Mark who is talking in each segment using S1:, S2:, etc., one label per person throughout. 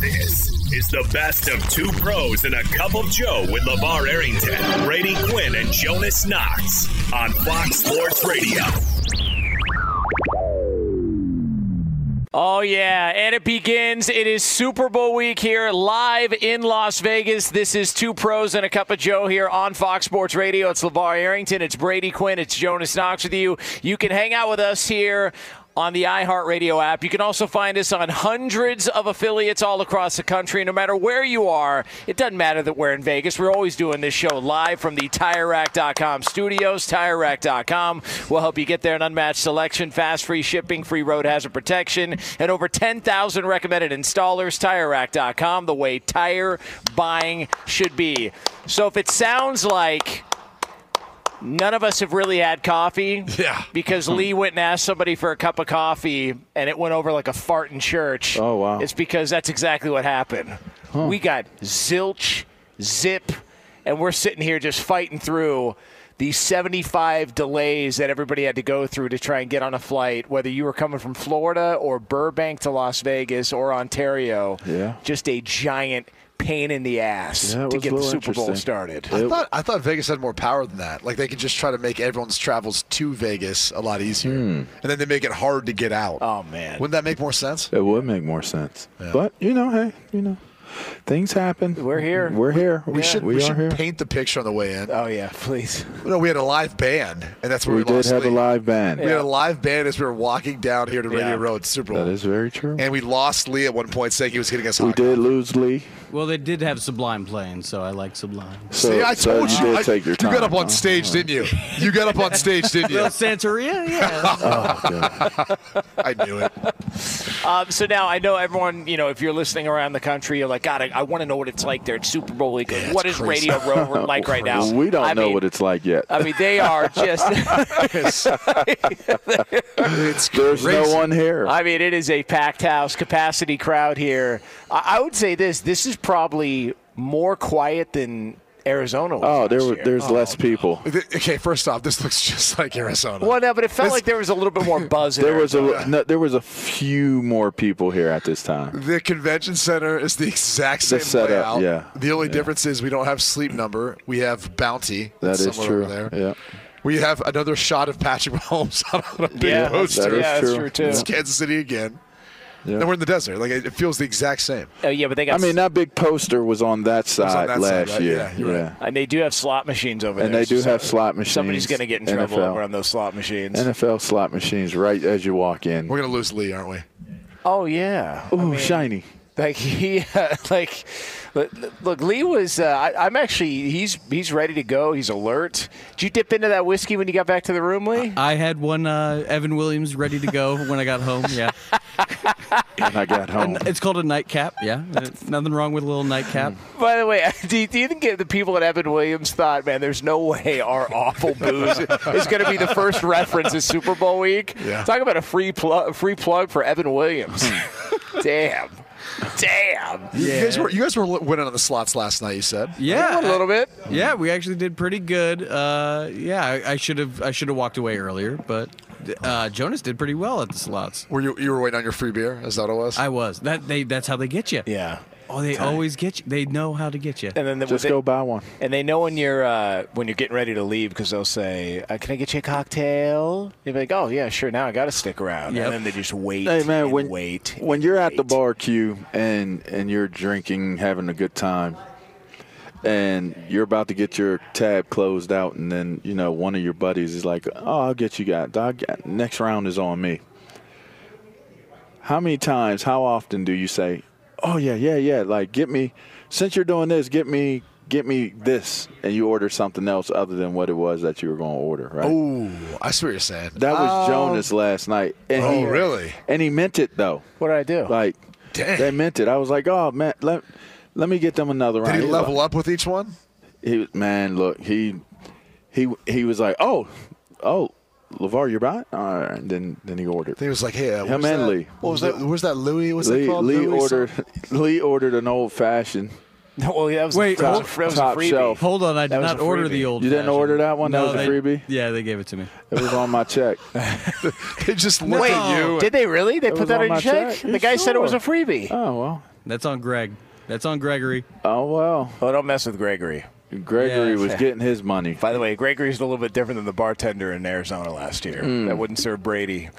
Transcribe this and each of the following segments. S1: This is the best of two pros and a cup of Joe with LeVar Arrington, Brady Quinn, and Jonas Knox on Fox Sports Radio.
S2: Oh, yeah. And it begins. It is Super Bowl week here, live in Las Vegas. This is Two Pros and a Cup of Joe here on Fox Sports Radio. It's LeVar Arrington, it's Brady Quinn, it's Jonas Knox with you. You can hang out with us here on the iHeartRadio app. You can also find us on hundreds of affiliates all across the country. No matter where you are, it doesn't matter that we're in Vegas. We're always doing this show live from the TireRack.com studios. TireRack.com will help you get there an unmatched selection, fast free shipping, free road hazard protection, and over 10,000 recommended installers. TireRack.com, the way tire buying should be. So if it sounds like none of us have really had coffee.
S3: Yeah.
S2: Because
S4: Hmm.
S2: Lee went and asked somebody for a cup of coffee and it went over like a fart in church.
S5: Oh, wow.
S2: It's because that's exactly what happened. We got zilch, zip, and we're sitting here just fighting through the 75 delays that everybody had to go through to try and get on a flight, whether you were coming from Florida or Burbank to Las Vegas or Ontario.
S4: Yeah.
S2: Just a giant pain in the ass
S4: Yeah, it
S2: to
S4: was
S2: get
S4: a
S2: the
S4: little
S2: Super Bowl
S4: interesting.
S2: started.
S3: I thought, I thought Vegas had more power than that. Like they could just try to make everyone's travels to Vegas a lot easier,
S4: Hmm.
S3: and then they make it hard to get out.
S2: Oh, man.
S3: Wouldn't that make more sense?
S4: It would make more sense. But you know, hey, you know, things happen.
S2: We're here.
S4: We're here.
S3: We should we,
S4: are
S3: should
S4: here.
S3: paint the picture on the way in.
S2: Oh, yeah, please.
S3: no, we had a live band, and that's where
S4: we
S3: we,
S4: did
S3: lost
S4: have a
S3: Lee.
S4: live band.
S3: We had a live band as we were walking down here to Radio
S2: Yeah.
S3: Road Super Bowl,
S4: That is very true.
S3: and we lost Lee at one point, saying he was hitting us.
S4: we
S3: hot.
S4: did lose Lee.
S6: Well, they did have Sublime playing, so I like Sublime.
S4: So,
S3: See, I
S4: so
S3: told you.
S4: did
S3: I-
S4: take your time.
S3: got up
S4: huh?
S3: on stage, didn't you? You got up on stage, didn't you?
S6: Well, Santeria, yeah.
S4: Oh, God.
S3: I knew it.
S2: Um, so now I know everyone, you know, if you're listening around the country, you're like, God, I, I want to know what it's like there at Super Bowl week.
S3: Yeah,
S2: what
S3: it's
S2: is
S3: crazy.
S2: Radio Row like right now?
S4: we don't
S2: I
S4: know
S2: mean-
S4: what it's like yet. Oh,
S2: I mean, they are just.
S3: It's, it's
S4: There's
S3: crazy.
S4: no one here.
S2: I mean, it is a packed house capacity crowd here. I, I would say this: this is probably more quiet than Arizona. Was
S4: oh, there
S2: last
S4: were,
S2: year.
S4: there's less people.
S3: Okay, first off, this looks just like Arizona.
S2: Well, no, but it felt
S3: This-
S2: like there was a little bit more buzz. in
S4: There was
S2: Arizona.
S4: a no, there was a few more people here at this time.
S3: The convention center is the exact same
S4: The setup,
S3: layout.
S4: yeah.
S3: The only
S4: Yeah.
S3: difference is we don't have sleep number. We have bounty.
S4: That
S3: That's
S4: is
S3: somewhere
S4: true.
S3: Over there.
S4: Yeah.
S3: We have another shot of Patrick Mahomes on a big
S2: yeah,
S3: poster.
S2: yeah,
S4: true.
S2: that's true too.
S3: It's Kansas City again.
S4: Yeah.
S3: And we're in the desert. Like it it feels the exact same.
S2: Oh, yeah, but they got.
S4: I mean, that big poster was on that
S3: on
S4: side
S3: that side,
S4: last
S3: right?
S4: year.
S3: Yeah, you're right.
S2: and they do have slot machines over
S4: Oh. And
S2: there.
S4: they do
S2: so
S4: have slot machines.
S2: Somebody's going to get in trouble
S4: NFL.
S2: over on those slot machines.
S4: NFL slot machines right as you walk in.
S3: We're gonna lose Lee, aren't we?
S2: oh yeah.
S4: Ooh, shiny.
S2: Like he, uh, like, look- look, Lee was. Uh, I, I'm actually. He's he's ready to go. He's alert. Did you dip into that whiskey when you got back to the room, Lee?
S6: I had one uh, Evan Williams ready to go when I got home. Yeah,
S4: When I got home.
S6: it's called a nightcap. Yeah, It's nothing wrong with a little
S4: Hmm.
S6: nightcap.
S2: By the way, do you, do you think the people at Evan Williams thought, man, there's no way our awful booze is going to be the first reference of Super Bowl week?
S3: Yeah.
S2: Talk about a free plug, free plug for Evan Williams. Damn. Damn.
S3: You guys were you guys were winning on the slots last night. You said.
S2: A
S6: Yeah,
S2: little bit.
S6: Yeah, we actually did pretty good. Uh, yeah, I, I should have I should have walked away earlier, but uh, Jonas did pretty well at the slots.
S3: Were you you were waiting on your free beer? Is that what it was?
S6: I was that they that's how they get you.
S2: Yeah.
S6: Oh, they always get you. They know how to get you.
S2: And then the,
S4: Just
S2: they,
S4: go buy one.
S2: And they know when you're uh, when you're getting ready to leave because they'll say, uh, "Can I get you a cocktail?" You'll be like, "Oh yeah, sure." Now I got to stick around,
S6: Yep.
S2: and then they just wait.
S4: Hey man,
S2: and
S4: when
S2: wait.
S4: when
S2: and
S4: you're at the
S2: wait.
S4: bar queue and and you're drinking, having a good time, and you're about to get your tab closed out, and then you know one of your buddies is like, "Oh, I'll get you guys. I got- Next round is on me." How many times? How often do you say, "Oh yeah, yeah, yeah"? Like, get me. Since you're doing this, get me. Get me this, and you order something else other than what it was that you were going to order, right?
S3: Ooh, I see what you're saying.
S4: That
S2: Oh.
S4: was
S6: Um,
S4: Jonas last night. And
S3: Oh,
S4: he,
S3: really?
S4: And he meant it though.
S2: What did I do?
S4: Like
S3: Dang.
S4: they meant it. I was like, oh man, let let me get them another
S3: Did
S4: round.
S3: he level up with each one?
S4: He was- man, look, he he he was like, oh oh, Lavar, you're right. All right, and then then he ordered.
S3: He was like, "Hey, uh, what
S4: Him
S3: was
S4: and
S3: that?
S4: Lee.
S3: What was that? What was that Louis? What's that
S4: Lee,
S3: called?
S4: Lee
S3: Louis
S4: ordered Lee ordered an old fashioned.
S2: well, that was
S6: Wait,
S2: that was a
S6: top-
S2: fr- that was a
S4: top
S2: freebie.
S4: shelf.
S6: Hold on, I did
S2: was
S6: not
S2: a
S6: order
S2: freebie.
S6: the old.
S4: You didn't
S6: fashioned.
S4: order that one? That
S6: No,
S4: was a
S6: they-
S4: freebie?
S6: Yeah, they gave it to me.
S4: It was on my check.
S3: something? They just look at you.
S2: Did they really?
S4: Oh.
S2: They
S4: It
S2: put
S4: was
S2: that
S4: on
S2: in
S4: my
S2: check?
S4: check.
S2: The guy said it was a
S4: Sure.
S2: freebie.
S4: Oh well.
S6: That's on Greg. That's on Gregory.
S4: Oh well.
S2: Oh, don't mess with Gregory.
S4: Gregory
S6: Yeah.
S4: was getting his money.
S2: By the way, Gregory's a little bit different than the bartender in Arizona last year. That wouldn't serve Brady.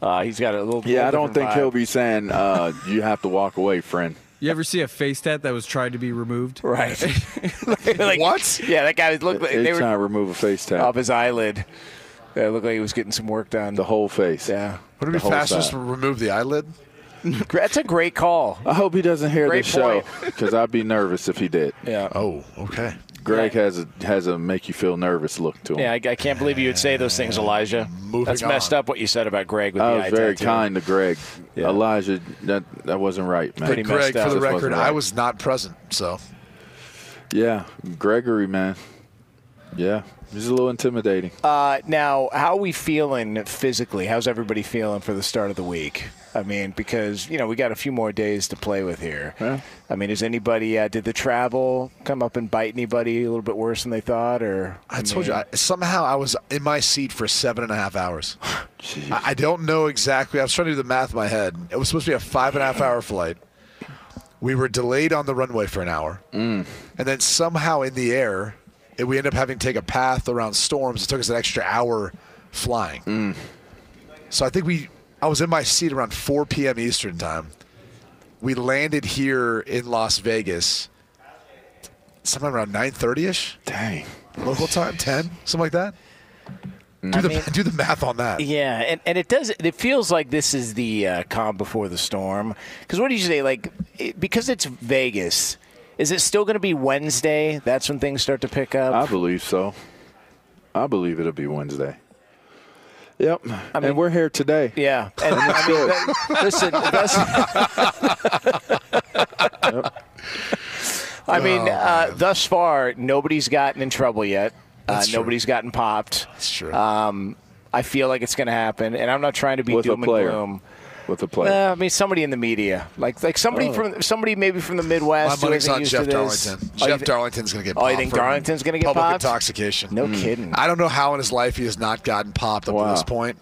S2: Uh, he's got a little.
S4: Hmm. Yeah,
S2: little
S4: I don't think
S2: different
S4: he'll
S2: vibe.
S4: be saying uh, you have to walk away, friend.
S6: You ever see a face tat that was tried to be removed?
S2: right. Like-
S3: What?
S2: Yeah, that guy looked like
S4: Each
S2: they
S4: time I
S2: were
S4: remove a face
S2: off
S4: tap,
S2: his eyelid. It looked like he was getting some work done.
S4: the whole face.
S2: yeah,
S3: Would it
S4: The
S3: be
S4: whole
S3: faster just
S4: side.
S3: to remove the eyelid?
S2: that's a great call.
S4: I hope he doesn't hear
S2: Great
S4: this show because I'd be nervous if he did.
S2: Yeah.
S3: Oh, okay.
S4: Greg has a has a make you feel nervous look to him.
S2: Yeah, I, I can't believe you would say those things, Elijah.
S3: Moving
S2: That's messed
S3: on.
S2: up what you said about Greg with
S4: I
S2: the
S4: was
S2: eye
S4: very
S2: tattoo.
S4: kind to Greg.
S2: Yeah.
S4: Elijah, that that wasn't right, man.
S2: Pretty He
S3: Greg,
S2: messed up.
S3: for the
S2: This
S4: wasn't
S3: record,
S4: right.
S3: I was not present, so
S4: Yeah, Gregory, man. Yeah, he's a little intimidating.
S2: Uh, now, how we feeling physically? How's everybody feeling for the start of the week? I mean, because you know we got a few more days to play with here.
S4: Yeah.
S2: I mean, is anybody uh, did the travel come up and bite anybody a little bit worse than they thought? Or
S3: I told you. I, somehow I was in my seat for seven and a half hours. I, I don't know exactly. I was trying to do the math in my head. It was supposed to be a five and a half hour flight. We were delayed on the runway for an hour,
S2: Mm.
S3: and then somehow in the air, it, we ended up having to take a path around storms. It took us an extra hour flying.
S4: Mm.
S3: So I think we. I was in my seat around 4 p.m. Eastern time. We landed here in Las Vegas, sometime around 9:30 ish
S4: Dang.
S3: local time 10 something like that do, the,
S2: mean-
S3: do the math on that
S2: Yeah, and, and it does. It feels like this is the uh, calm before the storm. Because what did you say? Like it, because it's Vegas, is it still going to be Wednesday? That's when things start to pick up.
S4: I believe so. I believe it'll be Wednesday. Yep, and we're here today.
S2: yeah, and I mean, that- listen, that's, I
S4: Oh,
S2: mean, uh, thus far nobody's gotten in trouble yet. Uh,
S3: That's true.
S2: nobody's gotten popped.
S3: that's true
S2: Um, I feel like it's going to happen, and I'm not trying to be
S4: With a
S2: doom and
S4: player.
S2: gloom.
S4: With a player. Oh.
S2: Uh, I mean, somebody in the media, like like somebody from somebody maybe from the
S3: my
S2: Midwest. who
S3: money's
S2: isn't
S3: on
S2: used
S3: jeff
S2: to this.
S3: darlington
S2: Oh, you
S3: jeff
S2: thi-
S3: darlington's going to get
S2: Oh,
S3: popped
S2: you think
S3: for
S2: Darlington's gonna get
S3: public
S2: popped?
S3: intoxication Mm.
S2: No kidding.
S3: i don't know how in his life he has not gotten popped up to
S4: Wow.
S3: this point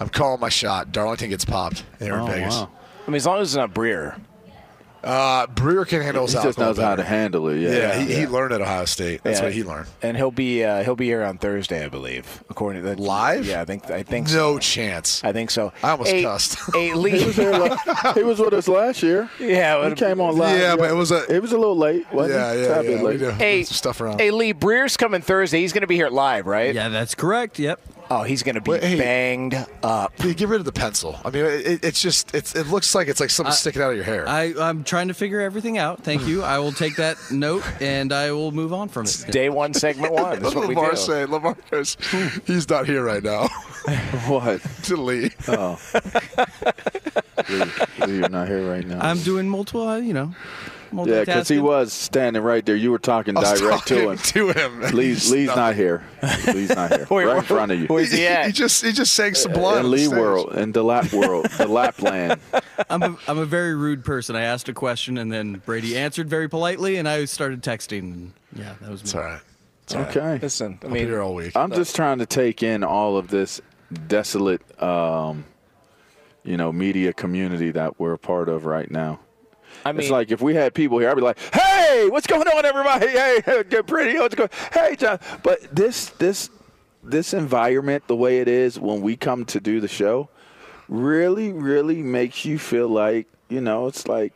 S3: i'm calling my shot darlington gets popped here in vegas
S4: Oh, wow.
S2: I mean, as long as it's not Breer.
S3: uh, brewer can handle
S4: He
S3: his
S4: just
S3: alcohol
S4: knows how to
S3: better.
S4: handle it. Yeah.
S3: yeah, he, he learned at ohio state that's
S2: Yeah.
S3: what he learned
S2: And he'll be uh, he'll be here on Thursday, I believe. According to that,
S3: Live?
S2: Yeah, I think I think so.
S3: no chance
S2: I think so.
S3: I almost
S2: Hey-
S3: cussed.
S2: hey,
S4: He
S2: Lee.
S4: was, here la- he was with us last year.
S2: Yeah,
S4: he
S2: but-
S4: came on live.
S3: Yeah, but it was a-
S4: it was a little late. Wasn't
S3: yeah
S4: it?
S3: yeah,
S4: Tad bit
S3: yeah. we
S4: late.
S3: do
S2: Hey,
S3: stuff around
S2: Hey, Lee Breer's coming Thursday. He's going to be here live, right?
S6: Yeah, that's correct. Yep.
S2: Oh, he's going to be
S3: Wait, hey.
S2: banged up.
S3: Dude, get rid of the pencil i mean it, it- it's just it's, it looks like it's like something sticking out of your hair
S6: I, I'm trying to figure everything out. Thank you. I will take that note and I will move on from it.
S2: Day one, segment one. That's what we
S3: Lamar
S2: do.
S3: saying. Lamar goes, he's not here right now.
S4: What?
S3: to leave.
S4: Oh. Lee, Lee, you're not here right now.
S6: I'm doing multiple, uh, you know, multitasking.
S4: Yeah, because he was standing right there. You were talking
S3: I was
S4: direct to
S3: talking
S4: him.
S3: to him.
S4: Lee's, Lee's not here. Lee's not here. right in front of you.
S7: Where's
S3: He,
S7: he at?
S3: he just he just sang Sublime.
S4: in
S3: on
S4: Lee
S3: stage.
S4: world, in the lap world, the lap land.
S6: I'm a, I'm a very rude person. I asked a question and then Brady answered very politely, and I started texting. And yeah, that was me.
S3: It's all right. It's all right.
S4: Okay.
S7: Listen, I
S3: I'll be
S7: mean,
S3: here all week.
S4: I'm just trying to take in all of this desolate, um, you know, media community that we're a part of right now.
S7: I mean,
S4: it's like if we had people here, I'd be like, "Hey, what's going on, everybody? Hey, get pretty. What's going? Hey, John." But this, this, this environment, the way it is when we come to do the show, really, really makes you feel like you know, it's like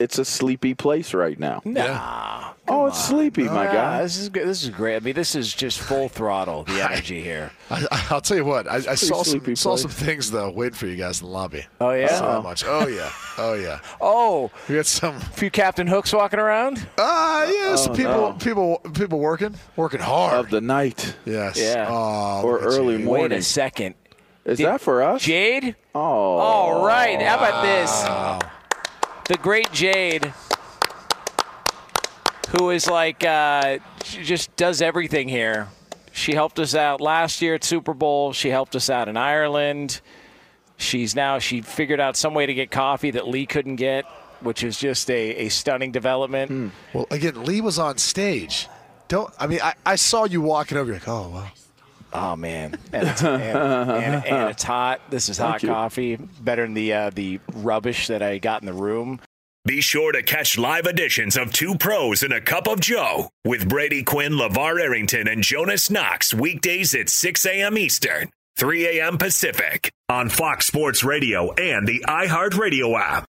S4: it's a sleepy place right now.
S7: nah.
S4: oh, it's sleepy, my
S7: Nah,
S4: guy.
S7: this is good. This is great. I mean, this is just full throttle. The energy here.
S3: I, I'll tell you what. I, I saw some
S4: sleepy
S3: saw
S4: place.
S3: some things though. Waiting for you guys in the lobby.
S7: Oh, yeah?
S3: So much. Oh yeah. Oh yeah.
S7: Oh,
S3: We got some.
S7: a few Captain Hooks walking around.
S3: Ah,
S2: Oh,
S3: yeah. Some people
S4: Oh, no.
S3: people people working working hard.
S4: Of the night.
S3: yes.
S7: Yeah.
S3: Oh,
S4: Or
S3: look at
S4: early
S3: you.
S4: morning.
S7: Wait a second,
S4: Is
S7: Did-
S4: that for us?
S7: Jade.
S4: oh.
S7: All right, how about this? The great Jade, who is like, uh, she just does everything here. She helped us out last year at Super Bowl. She helped us out in Ireland. She's now, she figured out some way to get coffee that Lee couldn't get, which is just a, a stunning development.
S3: Well, again, Lee was on stage. Don't. I mean, I, I saw you walking over. You're like, oh well.
S7: Oh, man. And it's, and, and, and it's hot. This is hot
S4: you.
S7: coffee. Better than the, uh, the rubbish that I got in the room.
S1: Be sure to catch live editions of Two Pros and a Cup of Joe with Brady Quinn, Lavar Errington, and Jonas Knox weekdays at 6 a.m. Eastern, 3 a.m. Pacific on Fox Sports Radio and the iHeartRadio app.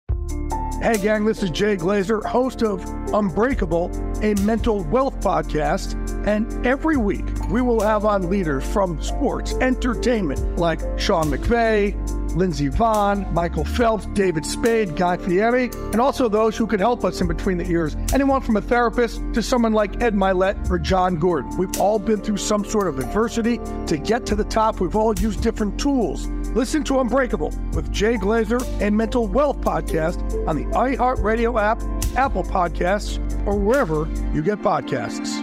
S8: Hey, gang, this is Jay Glazer, host of Unbreakable, a mental wealth podcast. And every week, we will have on leaders from sports, entertainment, like Sean McVay, Lindsey Vaughn, Michael Phelps, David Spade, Guy Fieri, and also those who can help us in between the ears. Anyone from a therapist to someone like Ed Milet or John Gordon. We've all been through some sort of adversity. To get to the top, we've all used different tools. Listen to Unbreakable with Jay Glazer and Mental Wealth Podcast on the iHeartRadio app, Apple Podcasts, or wherever you get podcasts.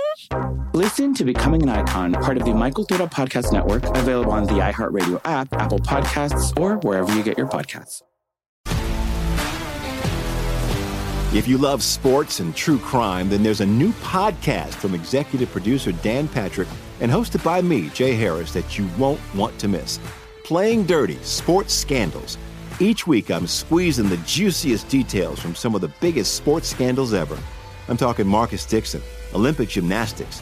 S5: Listen to Becoming an Icon, part of the Michael Duda Podcast Network, available on the iHeartRadio app, Apple Podcasts, or wherever you get your podcasts.
S9: If you love sports and true crime, then there's a new podcast from executive producer Dan Patrick and hosted by me, Jay Harris, that you won't want to miss. Playing Dirty Sports Scandals. Each week, I'm squeezing the juiciest details from some of the biggest sports scandals ever. I'm talking Marcus Dixon, Olympic gymnastics,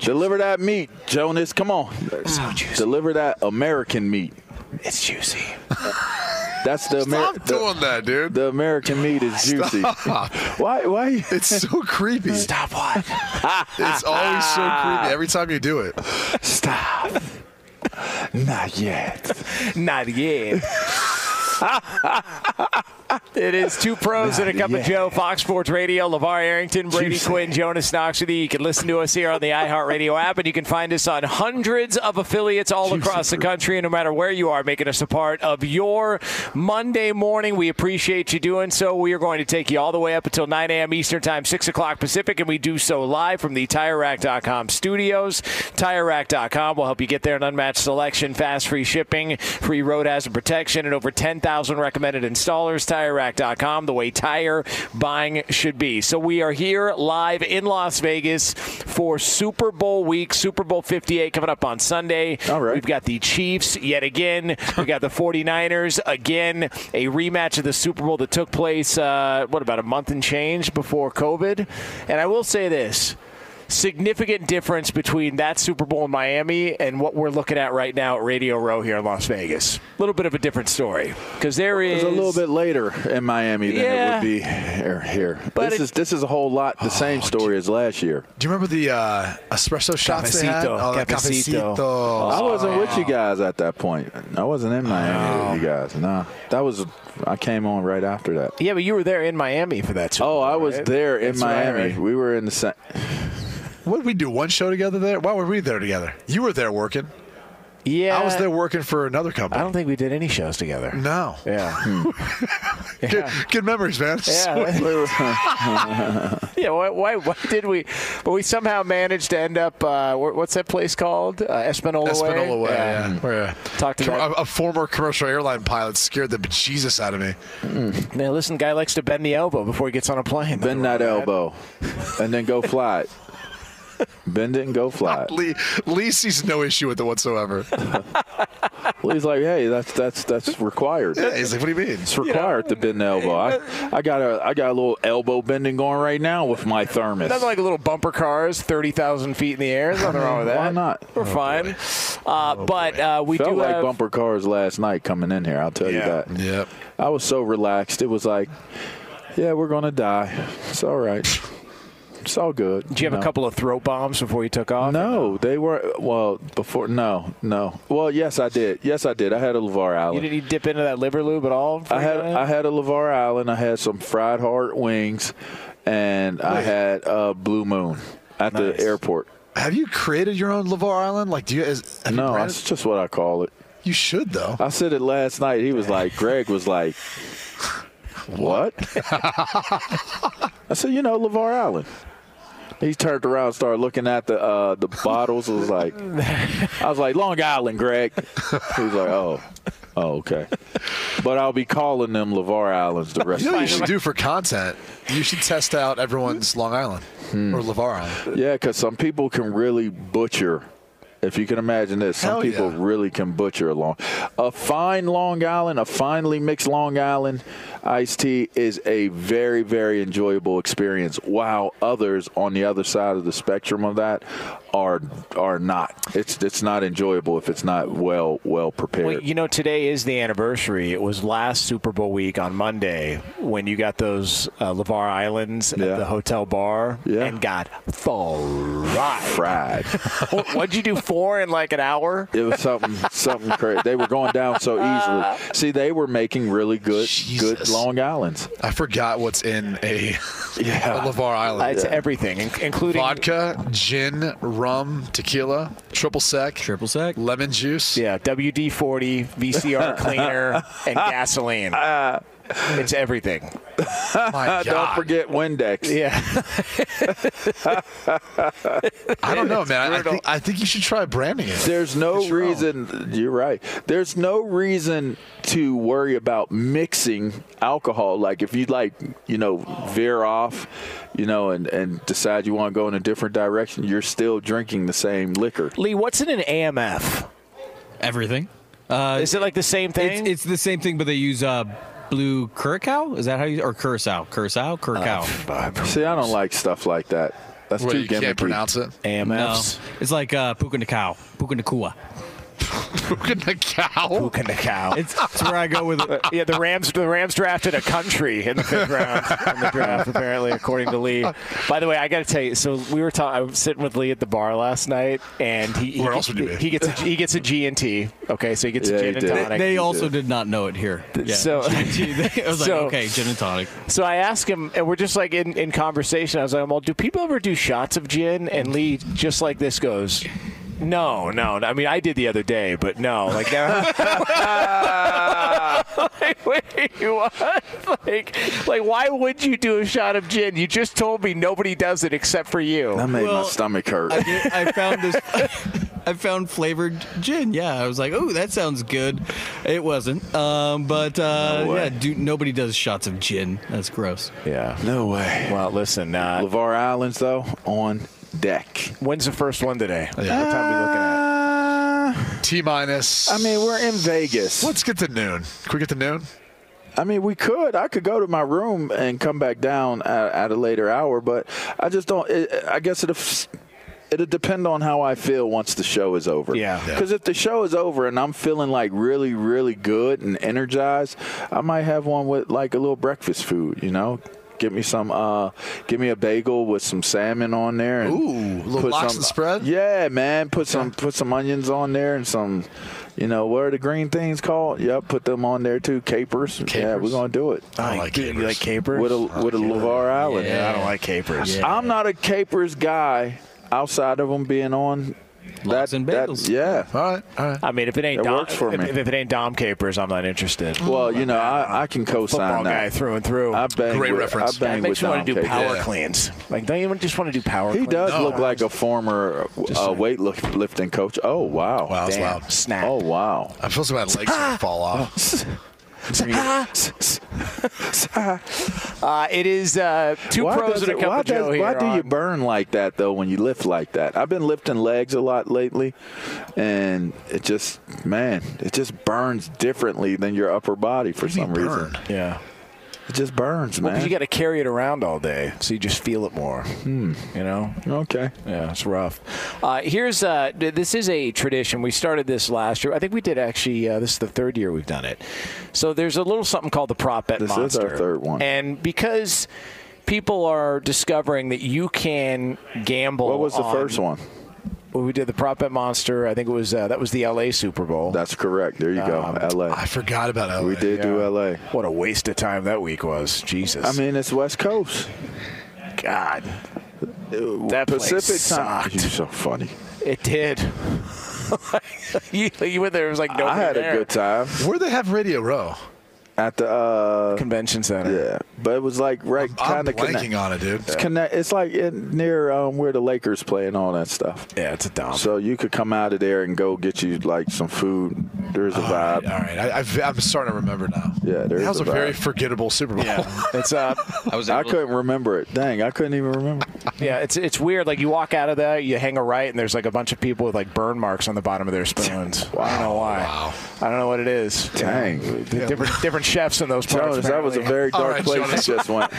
S4: Deliver that meat, Jonas. Come on. So juicy. Deliver that American meat. It's juicy. That's the American.
S3: Stop doing that, dude.
S4: The American meat is juicy.
S3: Stop.
S4: Why? Why?
S3: It's so creepy.
S4: Stop what?
S3: It's always so creepy every time you do it.
S4: Stop. Not yet.
S2: Not yet. it is two pros and a cup of
S4: yet.
S2: Joe, Fox Sports Radio, LeVar Arrington, Brady
S4: Juicy.
S2: Quinn, Jonas Knox with you. You can listen to us here on the iHeartRadio app, and you can find us on hundreds of affiliates all across the country. And no matter where you are, making us a part of your Monday morning, we appreciate you doing so. We are going to take you all the way up until 9 a.m. Eastern Time, 6 o'clock Pacific, and we do so live from the TireRack.com studios. TireRack.com will help you get there an unmatched selection, fast, free shipping, free road hazard protection, and over 10,000 recommended installers. TireRack.com, the way tire buying should be. So we are here live in Las Vegas for Super Bowl week, Super Bowl 58 coming up on Sunday.
S4: All right.
S2: We've got the Chiefs yet again. We've got the 49ers again. A rematch of the Super Bowl that took place, uh, what, about a month and change before COVID. And I will say this significant difference between that Super Bowl in Miami and what we're looking at right now at Radio Row here in Las Vegas. A little bit of a different story because there
S4: It
S2: is
S4: was a little bit later in Miami than
S2: Yeah.
S4: it would be here. here.
S2: But
S4: this
S2: it-
S4: is this is a whole lot the same story as last year.
S3: Oh, Do you remember the uh, espresso shots they had? Oh,
S2: Cafecito,
S3: the
S4: I
S2: cafecito.
S3: cafecito.
S4: wasn't with you guys at that point. I wasn't in Miami
S3: Oh.
S4: with you guys. Nah, that was I came on right after that.
S2: Yeah, but you were there in Miami for that. Super
S4: Oh,
S2: Bowl,
S4: I was
S2: right?
S4: there in
S2: That's what I
S4: Miami.
S2: heard.
S4: We were in the same.
S3: What did we do? One show together there? Why were we there together? You were there working.
S2: Yeah,
S3: I was there working for another
S2: I
S3: company.
S2: don't think we did any shows together.
S3: no.
S2: Yeah, Hmm.
S3: Good, good memories, man.
S2: yeah,
S4: We were-
S2: yeah. Why, why, why did we? But we somehow managed to end up. Uh, wh- what's that place called? Uh, Espanola.
S3: Espanola Way. Yeah. Where, uh,
S2: Talk to
S3: com-
S2: that-
S3: a, a former commercial airline pilot scared the bejesus out of me.
S2: Now Mm. listen, guy likes to bend the elbow before he gets on a plane.
S4: Bend that elbow, and then go fly it. Bend it and go fly it.
S3: Lee, Lee sees no issue with it whatsoever.
S4: Lee's like, hey, that's that's that's required.
S3: Yeah, he's like, what do you mean?
S4: It's required to bend the elbow. I, I got a I got a little elbow bending going right now with my thermos.
S2: Nothing like little bumper cars, thirty thousand feet in the air. There's nothing wrong with that.
S4: Why not? Oh,
S2: We're fine. Uh, but uh, we
S4: Felt
S2: do
S4: like
S2: have.
S4: bumper cars last night coming in here. I'll tell
S3: Yeah.
S4: you that.
S3: Yep.
S4: I was so relaxed. It was like, yeah, we're gonna die. It's all right. It's all good.
S2: Did you have
S4: know?
S2: a couple of throat bombs before you took off?
S4: No, they were well before. No, no. Well, yes, I did. Yes, I did. I had a Levar
S2: You
S4: Allen.
S2: didn't you dip into that liver lube at all? before
S4: I
S2: you
S4: had
S2: got in?
S4: I had a Levar Allen. I had some fried heart wings, and I had a Blue Moon at
S2: Nice.
S4: the airport.
S3: Have you created your own Lavar Island? Like, do you? Is, have you
S4: No,
S3: branded-
S4: that's just what I call it.
S3: you should though.
S4: I said it last night. He was like, Greg was like, what? I said, you know, LeVar Allen. He turned around, and started looking at the uh, the bottles. Was like, I was like, Long Island, Greg. He was like, oh, oh, okay. But I'll be calling them LeVar Allens the rest
S3: You know what you
S4: of the
S3: should do for content? You should test out everyone's Long Island
S2: Hmm.
S3: or Lavar Island.
S4: Yeah, because some people can really butcher. If you can imagine this, some
S3: Hell
S4: people
S3: yeah.
S4: really can butcher a long, a fine Long Island, a finely mixed Long Island iced tea is a very, very enjoyable experience. While others on the other side of the spectrum of that are are not. It's it's not enjoyable if it's not well well prepared.
S2: Well, you know, today is the anniversary. It was last Super Bowl week on Monday when you got those uh, Levar Islands
S4: Yeah.
S2: at the hotel bar
S4: Yeah.
S2: and got fried.
S4: Fried.
S2: What- What'd you do? Four in like an hour?
S4: It was something, something crazy. They were going down so
S2: Uh.
S4: easily. See, they were making really good, good
S3: Jesus.
S4: Long Islands.
S3: I forgot what's in a,
S4: Yeah.
S3: a Lavar
S2: Uh,
S3: Island.
S2: it's everything, in- including
S3: Vodka, gin, rum, tequila, triple sec,
S6: Triple sec.
S3: lemon juice.
S2: E Yeah, WD 40, VCR cleaner, and gasoline. It's everything.
S4: Don't
S2: God.
S4: forget Windex. Yeah.
S3: I don't know, man. I
S4: Brutal.
S3: think, I think you should try branding it.
S4: There's no
S3: It's your own.
S4: reason. You're right. There's no reason to worry about mixing alcohol. Like if you like, you know, veer off, you know, and and decide you want to go in a different direction, you're still drinking the same liquor.
S2: Lee, what's in an AMF?
S6: Everything. Uh,
S2: Is it like the same thing?
S6: It's, it's the same thing, but they use uh, blue curacao. Is that how you or curacao? Curacao,
S2: Uh,
S6: curacao.
S4: See, I don't like stuff like that. That's
S3: What,
S4: too
S3: you can't
S4: gimmicky.
S3: pronounce it.
S6: no,
S2: AMFs.
S6: it's like uh, puka nakao, puka nakua.
S3: Fucking cow.
S2: Puka Nakao.
S6: Oh. It's, it's where I go with it.
S2: Yeah, the Rams. The Rams drafted a country in the fifth round in the draft, apparently, according to Lee. By the way, I got to tell you. So we were talking. I was sitting with Lee at the bar last night, and he he,
S3: Where else would you be?
S2: he gets a, he gets a G and T. Okay, so he gets
S4: Yeah,
S2: a
S4: he
S2: gin and
S4: did.
S2: tonic.
S6: They also did not know it here. Yeah.
S2: So-
S6: I was like,
S2: So-
S6: okay, gin and tonic.
S2: So I asked him, and we're just like in, in conversation. I was like, well, do people ever do shots of gin? And Lee, just like this, goes, no, no. I mean, I did the other day, but no. Like, no. like wait, what? Like, like, why would you do a shot of gin? You just told me nobody does it except for
S4: Oh, That
S2: you.
S4: made
S6: Well,
S4: my stomach hurt.
S6: I, did- I found this. I found flavored gin. Yeah, I was like, "Oh, that sounds good." It wasn't, um, but uh,
S4: No way.
S6: yeah, dude, nobody does shots of gin. That's gross.
S2: Yeah.
S4: no way.
S2: Well, listen. Uh,
S4: Lavar Islands though on deck.
S2: when's the first one today? What time are we looking at?
S4: Uh,
S3: T minus.
S4: I mean, we're in Vegas.
S3: Let's get to noon. Can we get to noon?
S4: I mean, we could. I could go to my room and come back down at, at a later hour, but I just don't. It, I guess it'll. f- It'll depend on how I feel once the show is over.
S2: Yeah. Yeah.
S4: Because if the show is over and I'm feeling like really, really good and energized, I might have one with like a little breakfast food. You know, give me some, uh, give me a bagel with some salmon on there. And
S3: Ooh, little
S4: put
S3: lox
S4: some-
S3: and spread?
S4: Yeah, man. Put some, put some onions on there and some, you know, what are the green things called? Yep, put them on there too. Capers. Yeah, we're
S3: Capers.
S4: gonna do it.
S3: I like
S2: dude, you
S3: capers.
S2: like capers?
S4: With a with a Levar Allen.
S2: yeah, I don't like capers.
S4: I'm not a capers guy outside of them being on.
S6: Lox and bagels.
S4: yeah.
S3: All right, all right.
S2: I mean, if it ain't
S4: It
S2: Dom,
S4: works for
S2: if,
S4: me.
S2: if it ain't Dom capers, I'm not interested.
S4: Well, you know, I, I can
S2: football
S4: co-sign
S2: guy
S4: that.
S2: through and through.
S4: I bang
S3: Great
S4: with,
S3: reference.
S4: I
S2: that
S4: bang with
S2: makes you
S4: Dom
S2: want to do
S4: Capers.
S2: power
S3: Yeah.
S2: cleans. Like, don't you want- just want to do power
S4: He
S2: cleans?
S4: does
S3: No.
S4: look like a former uh, weight lifting coach. Oh wow!
S3: Wow, that's
S2: Damn,
S3: loud.
S2: Snap.
S4: Oh wow!
S3: I feel so my legs gonna fall off.
S2: Uh, it is uh, two
S4: Oh, Why
S2: pros
S4: does
S2: and a
S4: it-
S2: cup
S4: why
S2: of Joe
S4: does-
S2: here.
S4: Why do you
S2: on-
S4: burn like that though when you lift like that? I've been lifting legs a lot lately, and it just man, it just burns differently than your upper body for some reason.
S2: yeah.
S4: It just burns,
S2: Well, 'cause
S4: man.
S2: you got to carry it around all day, so you just feel it more. You know.
S4: Hmm. okay.
S2: Yeah, it's rough. Uh, here's uh, th- this is a tradition. We started this last year. I think we did actually. Uh, this is the third year we've done it. So there's a little something called the prop bet
S4: This is our
S2: monster.
S4: third one.
S2: and because people are discovering that you can gamble.
S4: What was the
S2: on-
S4: first one?
S2: Well, we did the prop bet monster. I think it was uh, that was the L.A. Super Bowl.
S4: That's correct. There you
S2: Um,
S4: go, LA.
S3: I forgot about LA.
S4: we did do
S2: yeah.
S4: LA.
S2: what a waste of time that week was. Jesus.
S4: I mean, it's West Coast.
S2: God, that place
S4: uh, Pacific time.
S2: sucked.
S4: You're so funny.
S2: it did. you, you went there. It was like nobody
S4: I had
S2: there.
S4: a good time
S3: Where they have Radio Row?
S4: at the. uh
S2: convention center.
S4: Yeah, but it was like right
S3: I'm
S4: kind of connect.
S3: blanking on it, dude.
S4: It's connect. It's like in, near um, where the Lakers play and all that stuff.
S2: Yeah, it's a dump.
S4: So you could come out of there and go get you like some food. There's a
S3: All right,
S4: vibe.
S3: all right. I, I've, I'm starting to remember now.
S4: Yeah, there
S3: that
S4: is
S3: was a,
S4: a vibe.
S3: very forgettable Super Bowl.
S2: yeah, it's uh,
S6: I was
S4: I couldn't remember it. Dang, I couldn't even remember.
S2: yeah, it's it's weird. Like you walk out of that, you hang a right, and there's like a bunch of people with like burn marks on the bottom of their spoons. I don't know why.
S3: Wow.
S2: I don't know what it is.
S4: Dang.
S2: The different different chefs in those parts.
S4: Jonas, that was a
S2: apparently.
S4: very dark
S3: All right,
S4: place
S3: Jonas.
S4: you just went.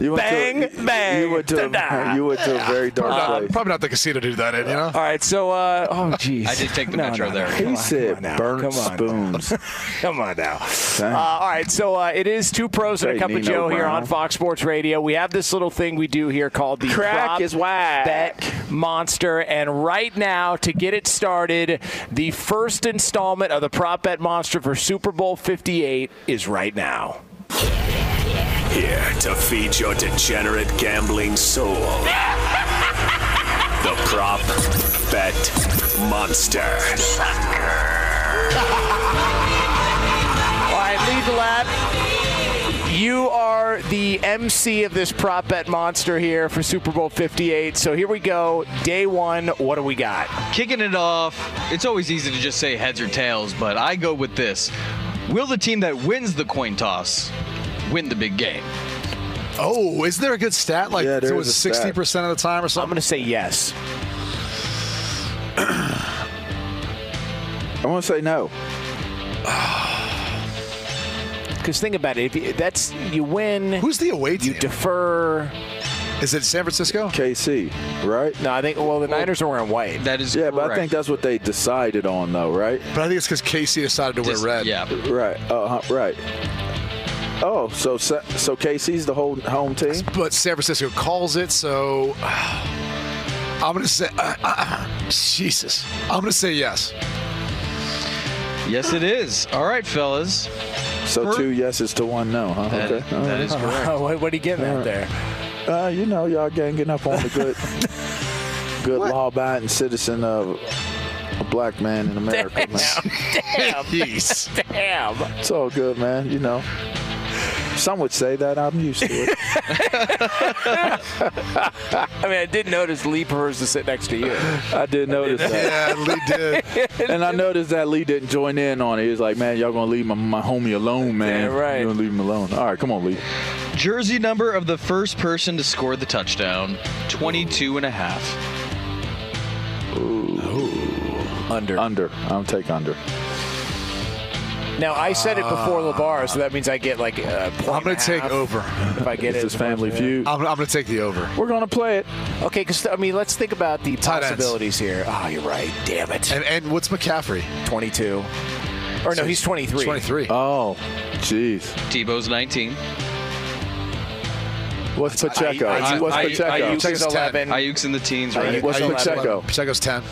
S4: You went
S2: Bang,
S4: to, a-
S2: bang,
S4: You went to,
S2: ta-da.
S4: a, you went to a very dark
S3: Probably, not,
S4: place.
S3: probably not the casino to do that in, you know?
S2: All right, so uh, oh geez,
S6: I did take the metro there.
S2: Come
S4: He
S2: on,
S4: said
S2: come on now,
S4: burnt
S2: come on.
S4: spoons.
S2: Come on now. Uh,
S4: Dang.
S2: all right, so uh, it is two pros and a
S4: Great
S2: cup of
S4: Nino
S2: Joe here
S4: Brown.
S2: on Fox Sports Radio. We have this little thing we do here called the
S4: Crack
S2: Prop
S4: is whack.
S2: Bet Monster, and right now to get it started, the first installment of the Prop Bet Monster for Super Bowl Fifty Eight is right now.
S1: Here to feed your degenerate gambling soul. the prop bet monster.
S2: All right, lead the lap. You are the MC of this prop bet monster here for Super Bowl 58. So here we go. Day one. What do we got?
S6: Kicking it off, it's always easy to just say heads or tails, but I go with this. Will the team that wins the coin toss win the big game?
S3: Oh, is there a good stat? Like,
S6: Yeah, there
S3: so
S6: is
S3: it's
S6: a stat.
S3: 60% of the time or something? I'm going
S2: to say yes.
S4: I want to say no.
S2: Because think about it. If you, that's you win.
S3: Who's the away
S2: team? You defer.
S3: Is it San Francisco?
S4: KC, right?
S2: No, I think. Well, the Niners are wearing white.
S6: That is
S4: yeah, but I
S3: correct.
S4: think that's what they decided on, though, right?
S3: But I think it's because Casey decided to wear red.
S4: Right. Uh, huh, right. Oh, so Sa- so KC's the whole home team.
S3: But San Francisco calls it, so I'm going to say, uh, Jesus, I'm going to say yes.
S6: Yes, it is. All right, fellas.
S4: So
S6: Per-
S4: two yeses to one no, huh?
S6: That-
S4: okay.
S6: that is correct.
S2: what, what are you getting
S4: at
S2: there?
S4: Uh, you know, y'all ganging up on the good, good law-abiding citizen of a black man in America, man.
S2: Damn. Damn.
S4: It's all good, man. You know, some would say that I'm used to it.
S2: I mean, I did notice Lee Perez is sitting next to you.
S4: I did notice that.
S3: Yeah, Lee did.
S4: and I noticed that Lee didn't join in on it. He was like, man, y'all gonna leave my, my homie alone, man.
S6: Yeah, right.
S4: You're gonna leave him alone. All right, come on, Lee.
S6: Jersey number of the first person to score the touchdown 22 and a half.
S2: Under.
S4: Under. I'll take under.
S2: Now I said it before Levar, so that means I get like. A point
S3: I'm going
S2: and a
S3: to take
S2: half
S3: over.
S2: If I get
S4: It's
S2: it,
S4: his family feud.
S3: I'm, I'm going to take the over.
S4: We're gonna play it.
S2: Okay, because I mean, let's think about the
S3: Tight ends.
S2: possibilities here. Oh, you're right. Damn it.
S3: And, and what's McCaffrey?
S2: 22. Or no, he's 23.
S3: 23.
S4: Oh, jeez.
S6: Tebow's 19.
S4: What's Pacheco?
S6: I-
S4: What's
S6: I-
S4: Pacheco?
S6: Ayuk's
S3: Pacheco's 10.
S6: Ayuk's in the teens, right?
S4: What's
S3: Ayuk's
S4: Pacheco?
S3: 11. Pacheco's 10.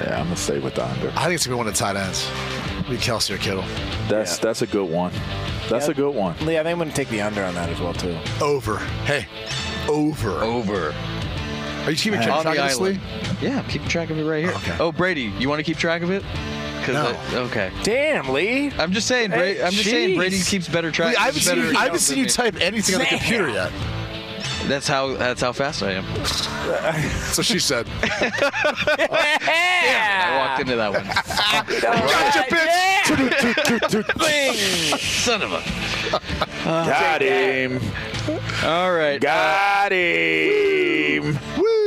S4: Yeah, I'm gonna stay with the under.
S3: I think it's going to be one of the tight ends. Be Kelsey or Kittle.
S4: That's that's a good one. That's
S2: Yeah.
S4: a good one.
S2: Lee, I think I'm going to take the under on that as well, too.
S3: Over. Hey, over.
S6: Over.
S3: Are you keeping
S6: Uh, On
S3: track
S6: the
S3: of this, Lee?
S6: island. Yeah, I'm keeping track of it right here.
S3: Okay.
S6: Oh, Brady, you want to keep track of it? 'Cause
S3: No.
S6: I- okay.
S2: Damn, Lee.
S6: I'm just saying, Bra-
S2: Hey,
S6: I'm just saying, Brady
S2: jeez.
S6: keeps better track.
S3: Lee, I haven't seen,
S6: better
S3: you, I haven't
S6: accounts
S3: seen
S6: than
S3: you
S6: me.
S3: type anything on the
S2: Damn.
S3: computer yet.
S6: That's how that's how fast I am.
S3: So she said,
S6: I
S2: Yeah.
S6: walked into that one.
S3: Gotcha, bitch!
S6: Son of a.
S4: Got him.
S6: All right. uh,
S4: Got him.
S3: Woo!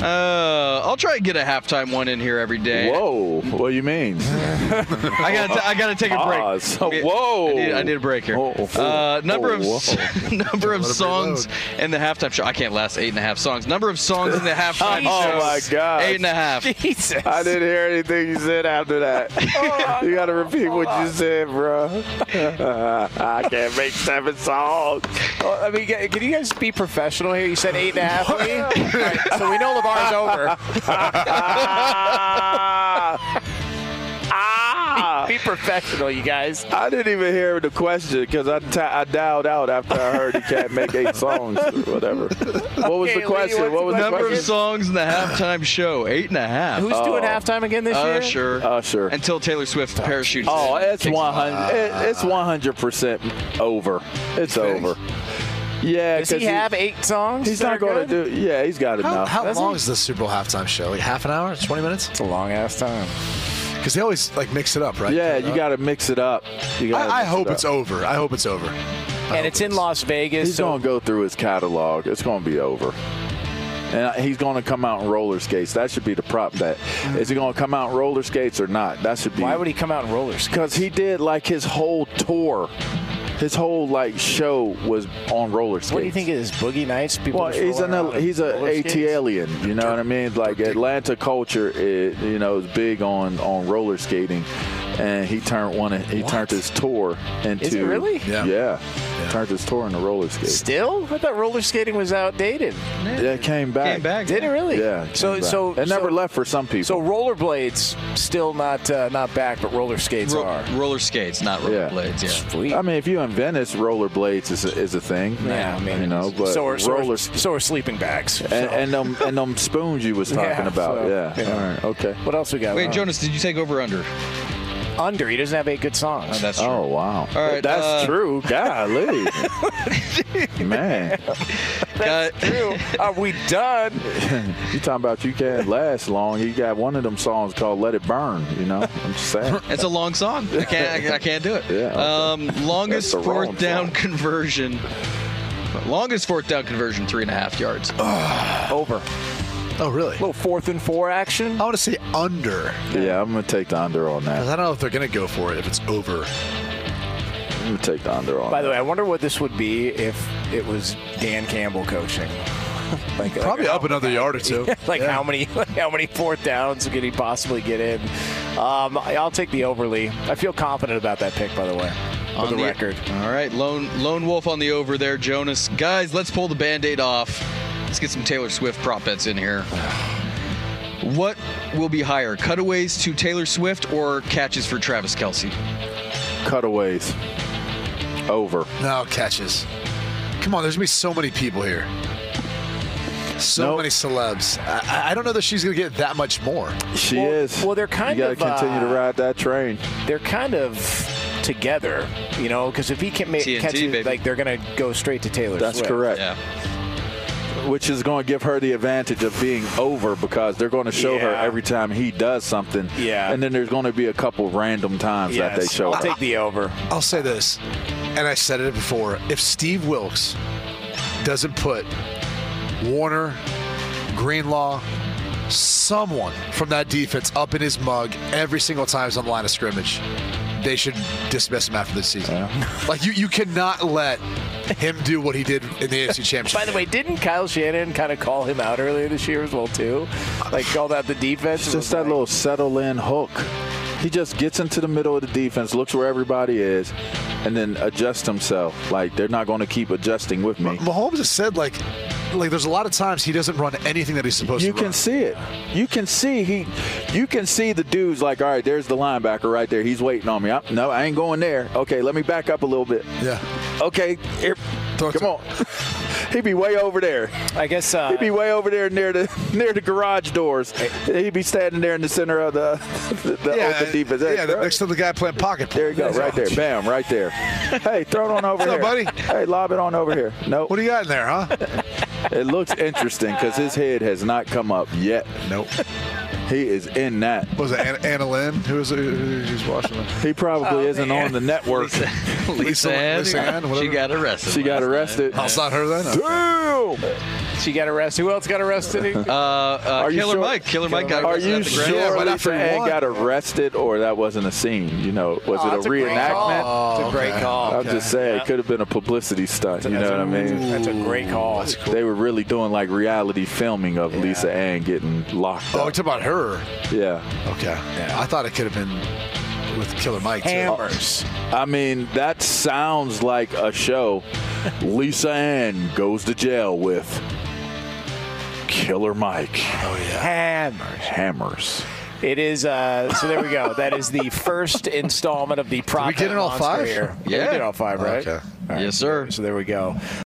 S6: Uh, I'll try and get a halftime one in here every day.
S4: Whoa. What do you mean?
S6: I gotta, t- I gotta take a break.
S4: Pause.
S6: Okay,
S4: Whoa.
S6: I need, I need a break here.
S4: Oh, oh,
S6: uh, number of
S4: oh,
S6: s- number of songs in the halftime show. I can't last eight and a half songs. Number of songs in the halftime
S2: Oh,
S6: show.
S4: my God.
S6: Eight and a half.
S2: Jesus.
S4: I didn't hear anything you said after that. you gotta repeat what you said, bro. I can't make seven songs.
S2: Oh, I mean, g- can you guys be professional here? You said eight and a half. Lee? All right, so we know Levar's over.
S4: Ah!
S2: Be professional, you guys.
S4: I didn't even hear the question because I ti- I dialed out after I heard he can't make eight songs or whatever. What was
S2: Okay,
S4: the
S2: Lee,
S4: question?
S2: what's
S4: what
S2: the
S4: was the
S6: number of
S4: question? Oh.
S6: songs in the halftime show. Eight and a half.
S2: Who's doing halftime again this year?
S6: Usher.
S4: Usher.
S6: Until Taylor Swift parachutes.
S4: Uh, Oh,
S6: in.
S4: it's
S6: Kicks Uh,
S4: one hundred. It, it's one hundred percent over. It's over. Yeah,
S2: Does he
S4: 'cause
S2: have eight songs?
S4: He's
S2: that
S4: not
S2: are
S4: going
S2: good?
S4: to do. Yeah, he's got
S3: How,
S4: enough.
S3: how
S2: Doesn't
S3: long
S2: he?
S3: is the Super Bowl halftime show? Like half an hour? 20 minutes?
S2: It's a long ass time.
S3: Because they always like mix it up, right?
S4: yeah,
S3: Turn it
S4: you
S3: up.
S4: got to mix it up. You gotta
S3: I,
S4: mix
S3: I
S4: it
S3: hope
S4: up.
S3: it's over. I hope it's over.
S2: And it's in Las Vegas.
S4: He's
S2: so
S4: going to go through his catalog. It's going to be over. And he's going to come out in roller skates. That should be the prop bet. Is he going to come out in roller skates or not? That should be.
S2: Hmm. why would he come out in rollers?
S4: Because he did like his whole tour. His whole like show was on roller skates.
S2: What do you think it is? Boogie Nights? People
S4: Well,
S2: just
S4: he's
S2: rolling
S4: an
S2: around in
S4: he's a
S2: roller
S4: AT
S2: skates?
S4: alien. You know what I mean? Like Atlanta culture, is, you know, is big on on roller skating, and he turned one. of- He turned his tour into
S2: Is it really?
S4: Yeah.
S3: Yeah.
S4: turned his tour into roller skating.
S2: Still? Oh, I thought roller skating was outdated.
S4: Yeah, it came back.
S6: Came back.
S2: Did it really?
S4: Yeah. it
S2: So
S4: came back.
S2: so
S4: it never
S2: so,
S4: left for some people.
S2: So rollerblades still not uh, not back, but roller skates
S6: Ro-
S2: are.
S6: roller skates, not roller
S4: Yeah.
S6: blades. Yeah.
S2: Sweet.
S4: I mean, if you in Venice, rollerblades is a, is a thing.
S2: yeah, I mean,
S4: you know, but
S2: so are, so are-
S4: rollers
S2: so are sleeping bags.
S4: and, and them and them spoons you was talking
S2: Yeah,
S4: about.
S2: so,
S4: yeah.
S2: yeah.
S4: All right. Okay.
S2: what else we got?
S6: Wait,
S2: Huh?
S6: Jonas, did you take over under?
S2: Uh-huh. under. He doesn't have eight good songs.
S6: that's
S4: Oh wow.
S6: All right,
S4: That's
S6: uh,
S4: true. Golly. Man.
S2: That's true. Are we done?
S4: you talking about you can't last long. You got one of them songs called Let It Burn, you know? I'm just saying.
S6: It's a long song. I can't. I, I can't do it.
S4: Yeah, okay.
S6: Um, longest
S4: That's the wrong
S6: fourth down
S4: song.
S6: conversion. Longest fourth down conversion, three and a half yards.
S2: Over.
S3: Oh, really?
S2: little fourth and four action.
S3: I want to say under.
S4: Yeah, I'm gonna take the under on
S3: 'Cause
S4: that.
S3: I don't know if they're going to go for it if it's over.
S4: I'm gonna take the under on
S2: By the
S4: that.
S2: way, I wonder what this would be if it was Dan Campbell coaching. like,
S3: Probably
S2: like,
S3: up another yard or two.
S2: like how many like how many fourth downs could he possibly get in? Um, I- I'll take the overly. I feel confident about that pick, by the way, for the, record.
S6: All right, lone lone wolf on the over there, Jonas. Guys, let's pull the band-aid off. Let's get some Taylor Swift prop bets in here. What will be higher, cutaways to Taylor Swift or catches for Travis Kelsey?
S4: Cutaways. Over.
S3: No catches. Come on, there's going to be so many people here. So
S4: Nope.
S3: many celebs. I, I- I don't know that she's going to get that much more.
S4: She
S2: Well-
S4: is.
S2: well, they're kind
S4: you
S2: of,
S4: gotta continue
S2: uh,
S4: to ride that train.
S2: They're kind of together, you know, because if he can make
S6: TNT,
S2: catches,
S6: baby.
S2: like they're gonna go straight to Taylor.
S4: That's
S2: Swift.
S4: correct.
S6: Yeah.
S4: Which is going to give her the advantage of being over because they're going to show her
S2: Yeah.
S4: every time he does something.
S2: Yeah.
S4: And then there's going to be a couple random times that they
S2: Yes,
S4: show
S2: I'll
S4: her.
S2: take the over.
S3: I'll say this, and I said it before. If Steve Wilkes doesn't put Warner, Greenlaw, someone from that defense up in his mug every single time he's on the line of scrimmage, they should dismiss him after this season. Like you, you cannot let him do what he did in the AFC Championship.
S2: By the way, didn't Kyle Shannon kind of call him out earlier this year as well too? Like called out the defense.
S4: It's
S2: and was
S4: just that
S2: like-
S4: little settle in hook. He just gets into the middle of the defense, looks where everybody is, and then adjusts himself. Like they're not going to keep adjusting with me.
S3: Mahomes has said like, like there's a lot of times he doesn't run anything that he's supposed
S4: You
S3: to.
S4: can
S3: run.
S4: see it. You can see he. You can see the dudes like, all right, there's the linebacker right there. He's waiting on me. i no, I ain't going there. Okay, let me back up a little bit.
S3: Yeah.
S4: Okay, here,
S3: Throw it
S4: come
S3: to-
S4: on. He'd be way over there.
S2: I guess uh,
S4: He'd be way over there near the near the garage doors. He'd be standing there in the center of the the, the open defense. Hey,
S3: yeah,
S4: bro.
S3: next to the guy playing pocket.
S4: There you go, right there. Bam, right there. Hey, throw it on over
S3: What's up,
S4: here.
S3: buddy?
S4: Hey, lob it on over here. No,
S3: What do you got in there, huh?
S4: it looks interesting because his head has not come up yet.
S3: nope.
S4: He is in that.
S3: What was it Anna, Anna Lynn? Who was it? Who's watching that?
S4: He probably isn't on the network.
S6: Lisa,
S3: Lisa
S6: Ann,
S3: Ann,
S6: she
S3: whatever.
S6: got arrested.
S4: She got
S6: last night.
S4: arrested.
S3: Oh, it's not her then. Okay.
S4: Damn!
S2: she got arrested. Who else got arrested?
S6: Uh, uh,
S4: Are you
S6: Killer
S4: sure-
S6: Mike. Killer Mike got
S4: Are
S6: arrested.
S4: you
S6: at the Grammys.
S4: sure
S3: Yeah, right after
S4: Lisa
S3: he
S4: Ann
S3: won.
S4: got arrested or that wasn't a scene? You know, was
S2: Oh,
S4: it
S2: that's
S4: a
S2: a great
S4: reenactment?
S2: call. Oh, It's a great call.
S4: I'm just saying, it could have been a publicity stunt. You know what I mean?
S2: That's a great call.
S4: They were really doing like reality filming of Lisa Ann getting locked
S3: Oh,
S4: up.
S3: it's about her.
S4: yeah.
S3: Okay. I thought it could have been with Killer Mike. too.
S2: Hammers.
S4: I mean, that sounds like a show. Lisa Ann goes to jail with Killer Mike
S3: Oh, yeah.
S2: Hammers.
S4: Hammers.
S2: It is. Uh, so there we go. That is the first installment of the prop.
S3: get it all
S2: Monster
S3: five? Oh,
S2: Here.
S6: Yeah.
S2: we did all five, right?
S3: Okay.
S2: All right.
S6: Yes, sir.
S2: So there we go.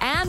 S10: And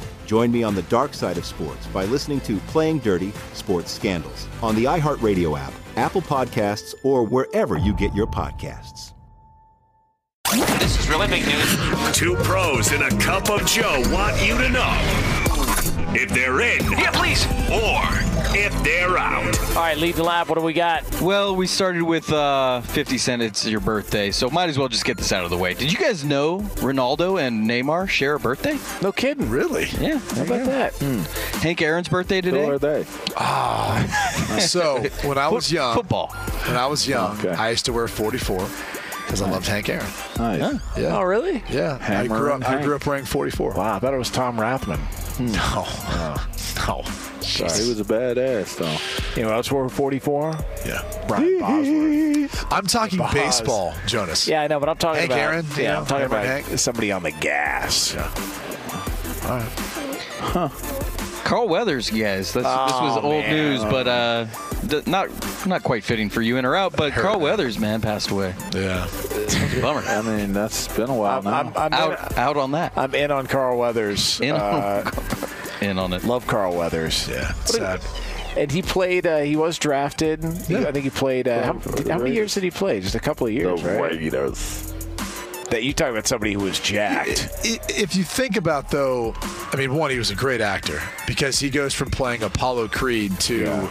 S9: Join me on the dark side of sports by listening to Playing Dirty Sports Scandals on the iHeartRadio app, Apple Podcasts, or wherever you get your podcasts.
S1: This is really big news. Two pros and a cup of Joe want you to know if they're in. Yeah, please. Or if they're out.
S2: All right, lead the lab. What do we got?
S6: Well, we started with uh, 50 Cent. It's your birthday, so might as well just get this out of the way. Did you guys know Ronaldo and Neymar share a birthday?
S3: No kidding, really?
S6: Yeah. How
S3: about that?
S6: Hank Aaron's birthday today.
S3: are
S4: they?
S3: Ah. so when I was
S6: Foot-
S3: young,
S6: football.
S3: When I was young, I used to wear 44 because I loved Hank Aaron.
S4: Nice.
S3: Yeah.
S2: Oh, really?
S3: Yeah. I
S4: Hammer
S3: grew
S4: and
S3: up. I
S4: Hank.
S3: grew up wearing Hmm. 44.
S11: Wow, I thought it was Tom Rathman.
S3: No. No.
S4: Sorry, he was a badass though.
S11: Oh, You know, that's where 44.
S3: Yeah.
S11: Brian Bosworth.
S3: I'm talking
S11: Boz.
S3: baseball, Jonas.
S2: Yeah, I know, but I'm talking
S3: Hank
S2: about
S3: Aaron. you
S11: Yeah,
S3: know,
S11: I'm talking
S3: Hammer
S11: about
S3: and
S11: somebody on the gas.
S3: All right.
S6: Carl Weathers, guys. That's, this was
S2: Oh,
S6: old
S2: man.
S6: news, but uh, d- not not quite fitting for you in or out. But Carl Weathers, man, passed away.
S3: Yeah.
S6: Bummer.
S4: I mean, that's been a while
S11: I'm,
S4: now.
S11: I'm, I'm, in,
S6: out, out on that.
S11: I'm in on Carl Weathers.
S6: In on-
S11: Uh,
S6: In on it.
S11: love Carl Weathers.
S3: Yeah. Sad.
S11: And he played. Uh, he was drafted. He- I think he played. Uh, how, did- how many years did he play? Just a couple of years, right?
S4: Raiders.
S11: That you talk about somebody who was jacked.
S3: I- If you think about though, I mean, one, he was a great actor because he goes from playing Apollo Creed to,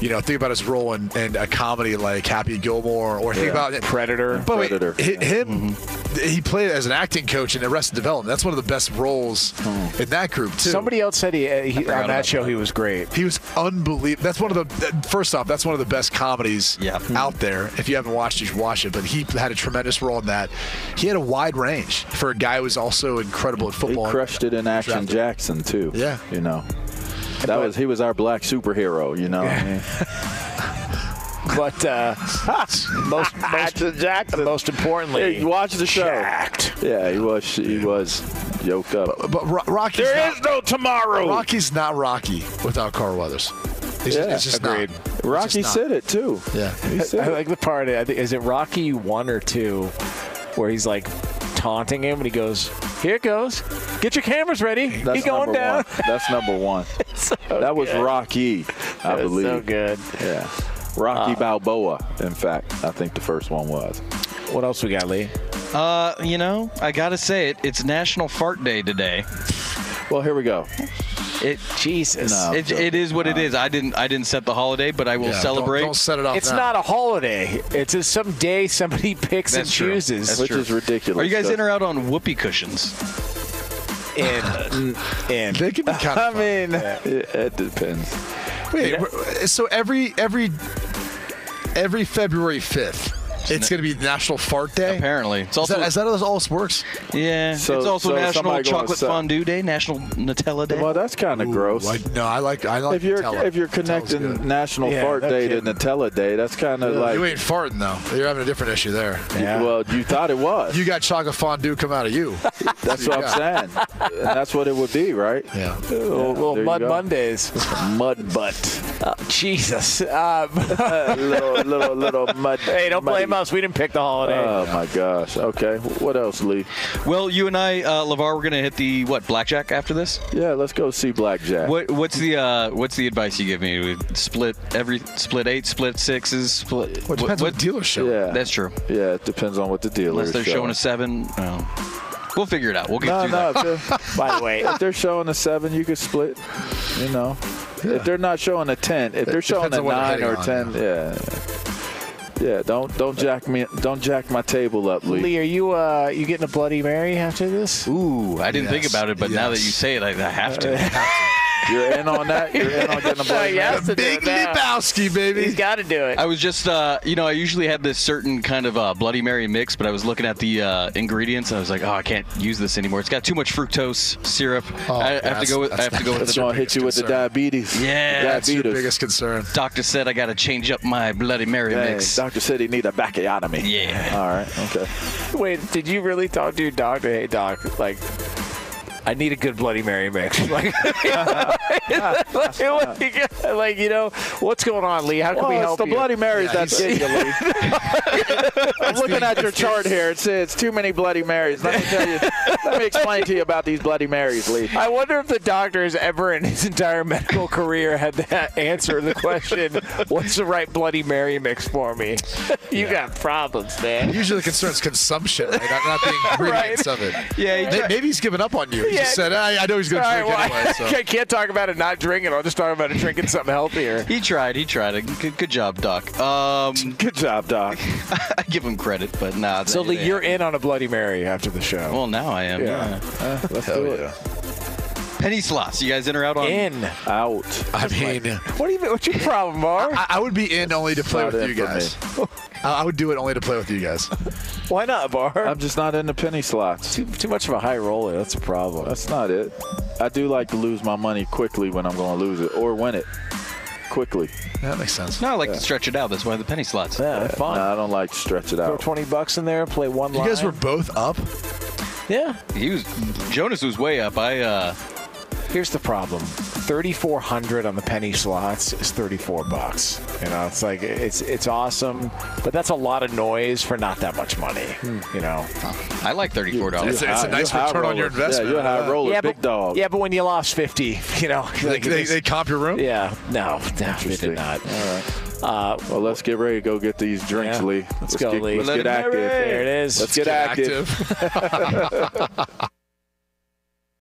S3: you know, think about his role in, in a comedy like Happy Gilmore, or think
S11: Yeah.
S3: about it.
S11: Predator.
S3: But wait,
S4: Predator. Mm-hmm.
S3: hi- him, he played as an acting coach in Arrested Development. That's one of the best roles in that group too.
S11: Somebody else said he, uh, he
S6: forgot
S11: on
S6: about
S11: that show he was great.
S3: He was unbelievable. That's one of the that- first off. That's one of the best comedies
S6: Yeah.
S11: Hmm.
S3: out there. If you haven't watched, it, you should watch it. But he had a tremendous role in that. He had a wide range for a guy who was also incredible at
S4: He
S3: football.
S4: crushed it in Action
S3: Drafted.
S4: Jackson too.
S3: Yeah.
S4: you know. That was he was our black superhero, you know.
S11: But uh, most, most, most importantly,
S4: Hey, watch the show.
S11: Jacked.
S4: Yeah, he was he was yoked up.
S3: But Ro- Rocky's
S11: There
S3: not,
S11: is no tomorrow.
S3: Rocky's not Rocky without Carl Weathers. He's
S4: Yeah,
S3: it's just
S11: agreed.
S3: Not. It's just
S4: Rocky
S3: not.
S4: said it too.
S3: Yeah.
S4: He said
S11: I
S4: it.
S11: like the part. I think, is it Rocky one or two, where he's like taunting him, and he goes, "Here it goes. Get your cameras ready.
S4: That's
S11: you going
S4: number
S11: down."
S4: One. That's number one.
S11: So
S4: that was
S11: good.
S4: Rocky, I
S11: That's
S4: believe.
S11: So good. Uh,
S4: Yeah. Rocky Balboa, in fact, I think the first one was.
S11: What else we got, Lee?
S6: Uh, you know, I gotta say it. It's National Fart Day today.
S4: Well, here we go.
S6: It
S11: Jesus.
S4: No. I'm
S6: it, it is what it is. I didn't I didn't set the holiday, but I will
S3: Yeah,
S6: celebrate.
S3: Don't, don't set it off.
S11: It's
S3: now.
S11: not a holiday. It's just some day somebody picks
S6: That's
S11: and
S6: true.
S11: chooses.
S6: That's
S4: Which
S6: true.
S4: is ridiculous.
S6: Are you guys
S4: So-
S6: in or out on whoopee cushions?
S11: and and
S3: They can be kinda
S11: I
S3: fun.
S11: mean,
S4: It, it depends.
S3: Wait, we're- so every every every February fifth, it's going to be National Fart Day.
S6: Apparently, it's
S3: Is
S6: also
S3: that, is that how this all this works?
S6: yeah.
S4: So-
S6: it's also
S4: so
S6: National
S4: somebody gonna
S6: Chocolate
S4: set-
S6: Fondue Day, National Nutella Day.
S4: Well, that's kind of gross.
S3: Ooh, I, no, I like I like.
S4: if you're
S3: Nutella.
S4: if you're
S3: Nutella's good.
S4: connecting National
S11: Yeah,
S4: Fart
S11: no
S4: Day
S11: kidding.
S4: to Nutella Day, that's kind of like
S3: you ain't farting though. You're having a different issue there.
S11: Yeah.
S4: well, you thought it was.
S3: You got chocolate fondue come out of you.
S4: that's what I'm saying. And that's what it would be, right?
S3: Yeah.
S11: little
S4: there you
S11: Mud
S4: go.
S11: Mondays.
S4: Mud butt.
S2: Oh, Jesus. Um,
S4: little, little, little mud.
S2: Hey, don't blame us. We didn't pick the holiday.
S4: Oh my gosh. Okay. What else, Lee?
S6: Well, you and I, uh, Lavar, we're gonna hit the what blackjack after this.
S4: Yeah, let's go see blackjack.
S6: What, what's the uh, what's the advice you give me? We split every split eight, split sixes, split.
S3: Well, it depends on the dealer show.
S4: Yeah,
S6: that's true.
S4: Yeah, it depends on what the dealer.
S6: Unless they're showing a seven, no. we'll figure it out. We'll get
S4: No,
S6: through
S4: no.
S6: that.
S4: if they're-
S2: By the way,
S4: if they're showing a seven, you could split. You know, if they're not showing a ten, if
S3: It
S4: they're showing
S3: depends
S4: a
S3: on what they're
S4: nine or
S3: hitting
S4: ten, yeah. Yeah, don't don't jack me don't jack my table up, Lee.
S11: Lee, are you uh, you getting a Bloody Mary after this?
S6: Ooh, I didn't think
S3: Yes,
S6: about it, but now that
S3: yes.
S6: you say it, I, I have to.
S4: You're in on that. You're in on getting a bloody
S2: He has
S4: Mary.
S2: to do
S3: Big
S2: it now.
S3: Lebowski,
S2: He's
S3: baby.
S2: got to do it.
S6: I was just, uh, you know, I usually have this certain kind of uh, Bloody Mary mix, but I was looking at the uh, ingredients and I was like, oh, I can't use this anymore. It's got too much fructose syrup.
S3: Oh,
S6: I, I have to
S3: that's-
S6: go with. I
S3: that's-
S6: have to go with
S4: That's
S6: the
S4: gonna hit you with the
S3: concern.
S4: diabetes.
S6: Yeah,
S3: That's your
S4: diabetes.
S3: biggest concern.
S6: doctor said I got to change up my Bloody Mary
S4: Dang,
S6: mix.
S4: doctor said he need a backiotomy.
S6: Yeah.
S4: All right. Okay.
S11: Wait, did you really talk to your doctor? Hey, doc, like, I need a good Bloody Mary mix. Like, like, like, you know, what's going on, Lee? How can we
S4: Well,
S11: help
S4: it's the
S11: you?
S4: Bloody Marys
S3: Yeah,
S4: that's
S3: he's-
S4: getting you, Lee. I'm looking at your chart here. It says too many Bloody Marys. Let me tell you. let me explain to you about these Bloody Marys, Lee.
S11: I wonder if the doctor has ever in his entire medical career had that answer to the question, what's the right Bloody Mary mix for me? you got problems, man.
S3: Usually the concern is consumption, right? not, not the ingredients of it.
S6: Yeah, he
S3: May- maybe he's giving up on you. He just said, "Ah, I, I know he's going to
S11: All
S3: drink
S11: right, well,
S3: anyway. So.
S11: I can't talk about it not drinking. I'll just talk about it drinking something healthier.
S6: He tried. He tried. Good, good job, Doc. Um,
S4: Good job, Doc.
S6: I give him credit, but nah.
S11: So,
S6: they-
S11: Lee,
S6: they-
S11: you're in on a Bloody Mary after the show.
S6: Well, now I am.
S11: Yeah.
S4: Let's
S3: Hell
S4: do it.
S3: yeah.
S6: Penny slots. You guys in or out on?
S11: in.
S4: Out.
S3: I mean,
S11: What do you? What's your problem, Mar?
S3: I, I would be in only to play
S4: Not
S3: with
S4: in
S3: you
S4: for
S3: guys. I I would do it only to play with you guys.
S11: Why not, Bar?
S4: I'm just not into penny slots.
S11: Too, too much of a high roller. That's a problem.
S4: That's not it. I do like to lose my money quickly when I'm going to lose it or win it quickly.
S3: That makes sense.
S6: No, I like to stretch it out. That's why the penny slots.
S11: Yeah, fine.
S4: No, I don't like to stretch it
S11: Throw
S4: out.
S11: twenty bucks in there. Play one
S3: Oh. You
S11: line.
S3: guys were both up.
S11: yeah.
S6: He was Jonas was way up. I uh,
S11: Here's the problem. Thirty-four hundred on the penny slots is thirty-four bucks. You know, it's like it's it's awesome, but that's a lot of noise for not that much money. You know.
S6: I like thirty four
S3: It's
S6: dollars.
S3: a, it's a
S4: You're
S3: nice
S4: high
S3: return on your
S4: roller. Yeah,
S3: investment.
S4: you're a high roller, big
S11: but
S4: dog.
S11: yeah, but when you lost fifty, you know.
S3: They,
S11: like,
S3: they, they comp your room?
S11: yeah. No, no, they did
S4: Interesting.
S11: not.
S4: All right.
S11: Uh,
S4: Well, let's get ready to go get these drinks,
S11: Yeah.
S4: Lee.
S11: Let's go,
S4: get,
S11: Lee.
S4: Let's
S11: Let
S4: get
S11: it
S4: active.
S11: there it is.
S4: Let's get, active.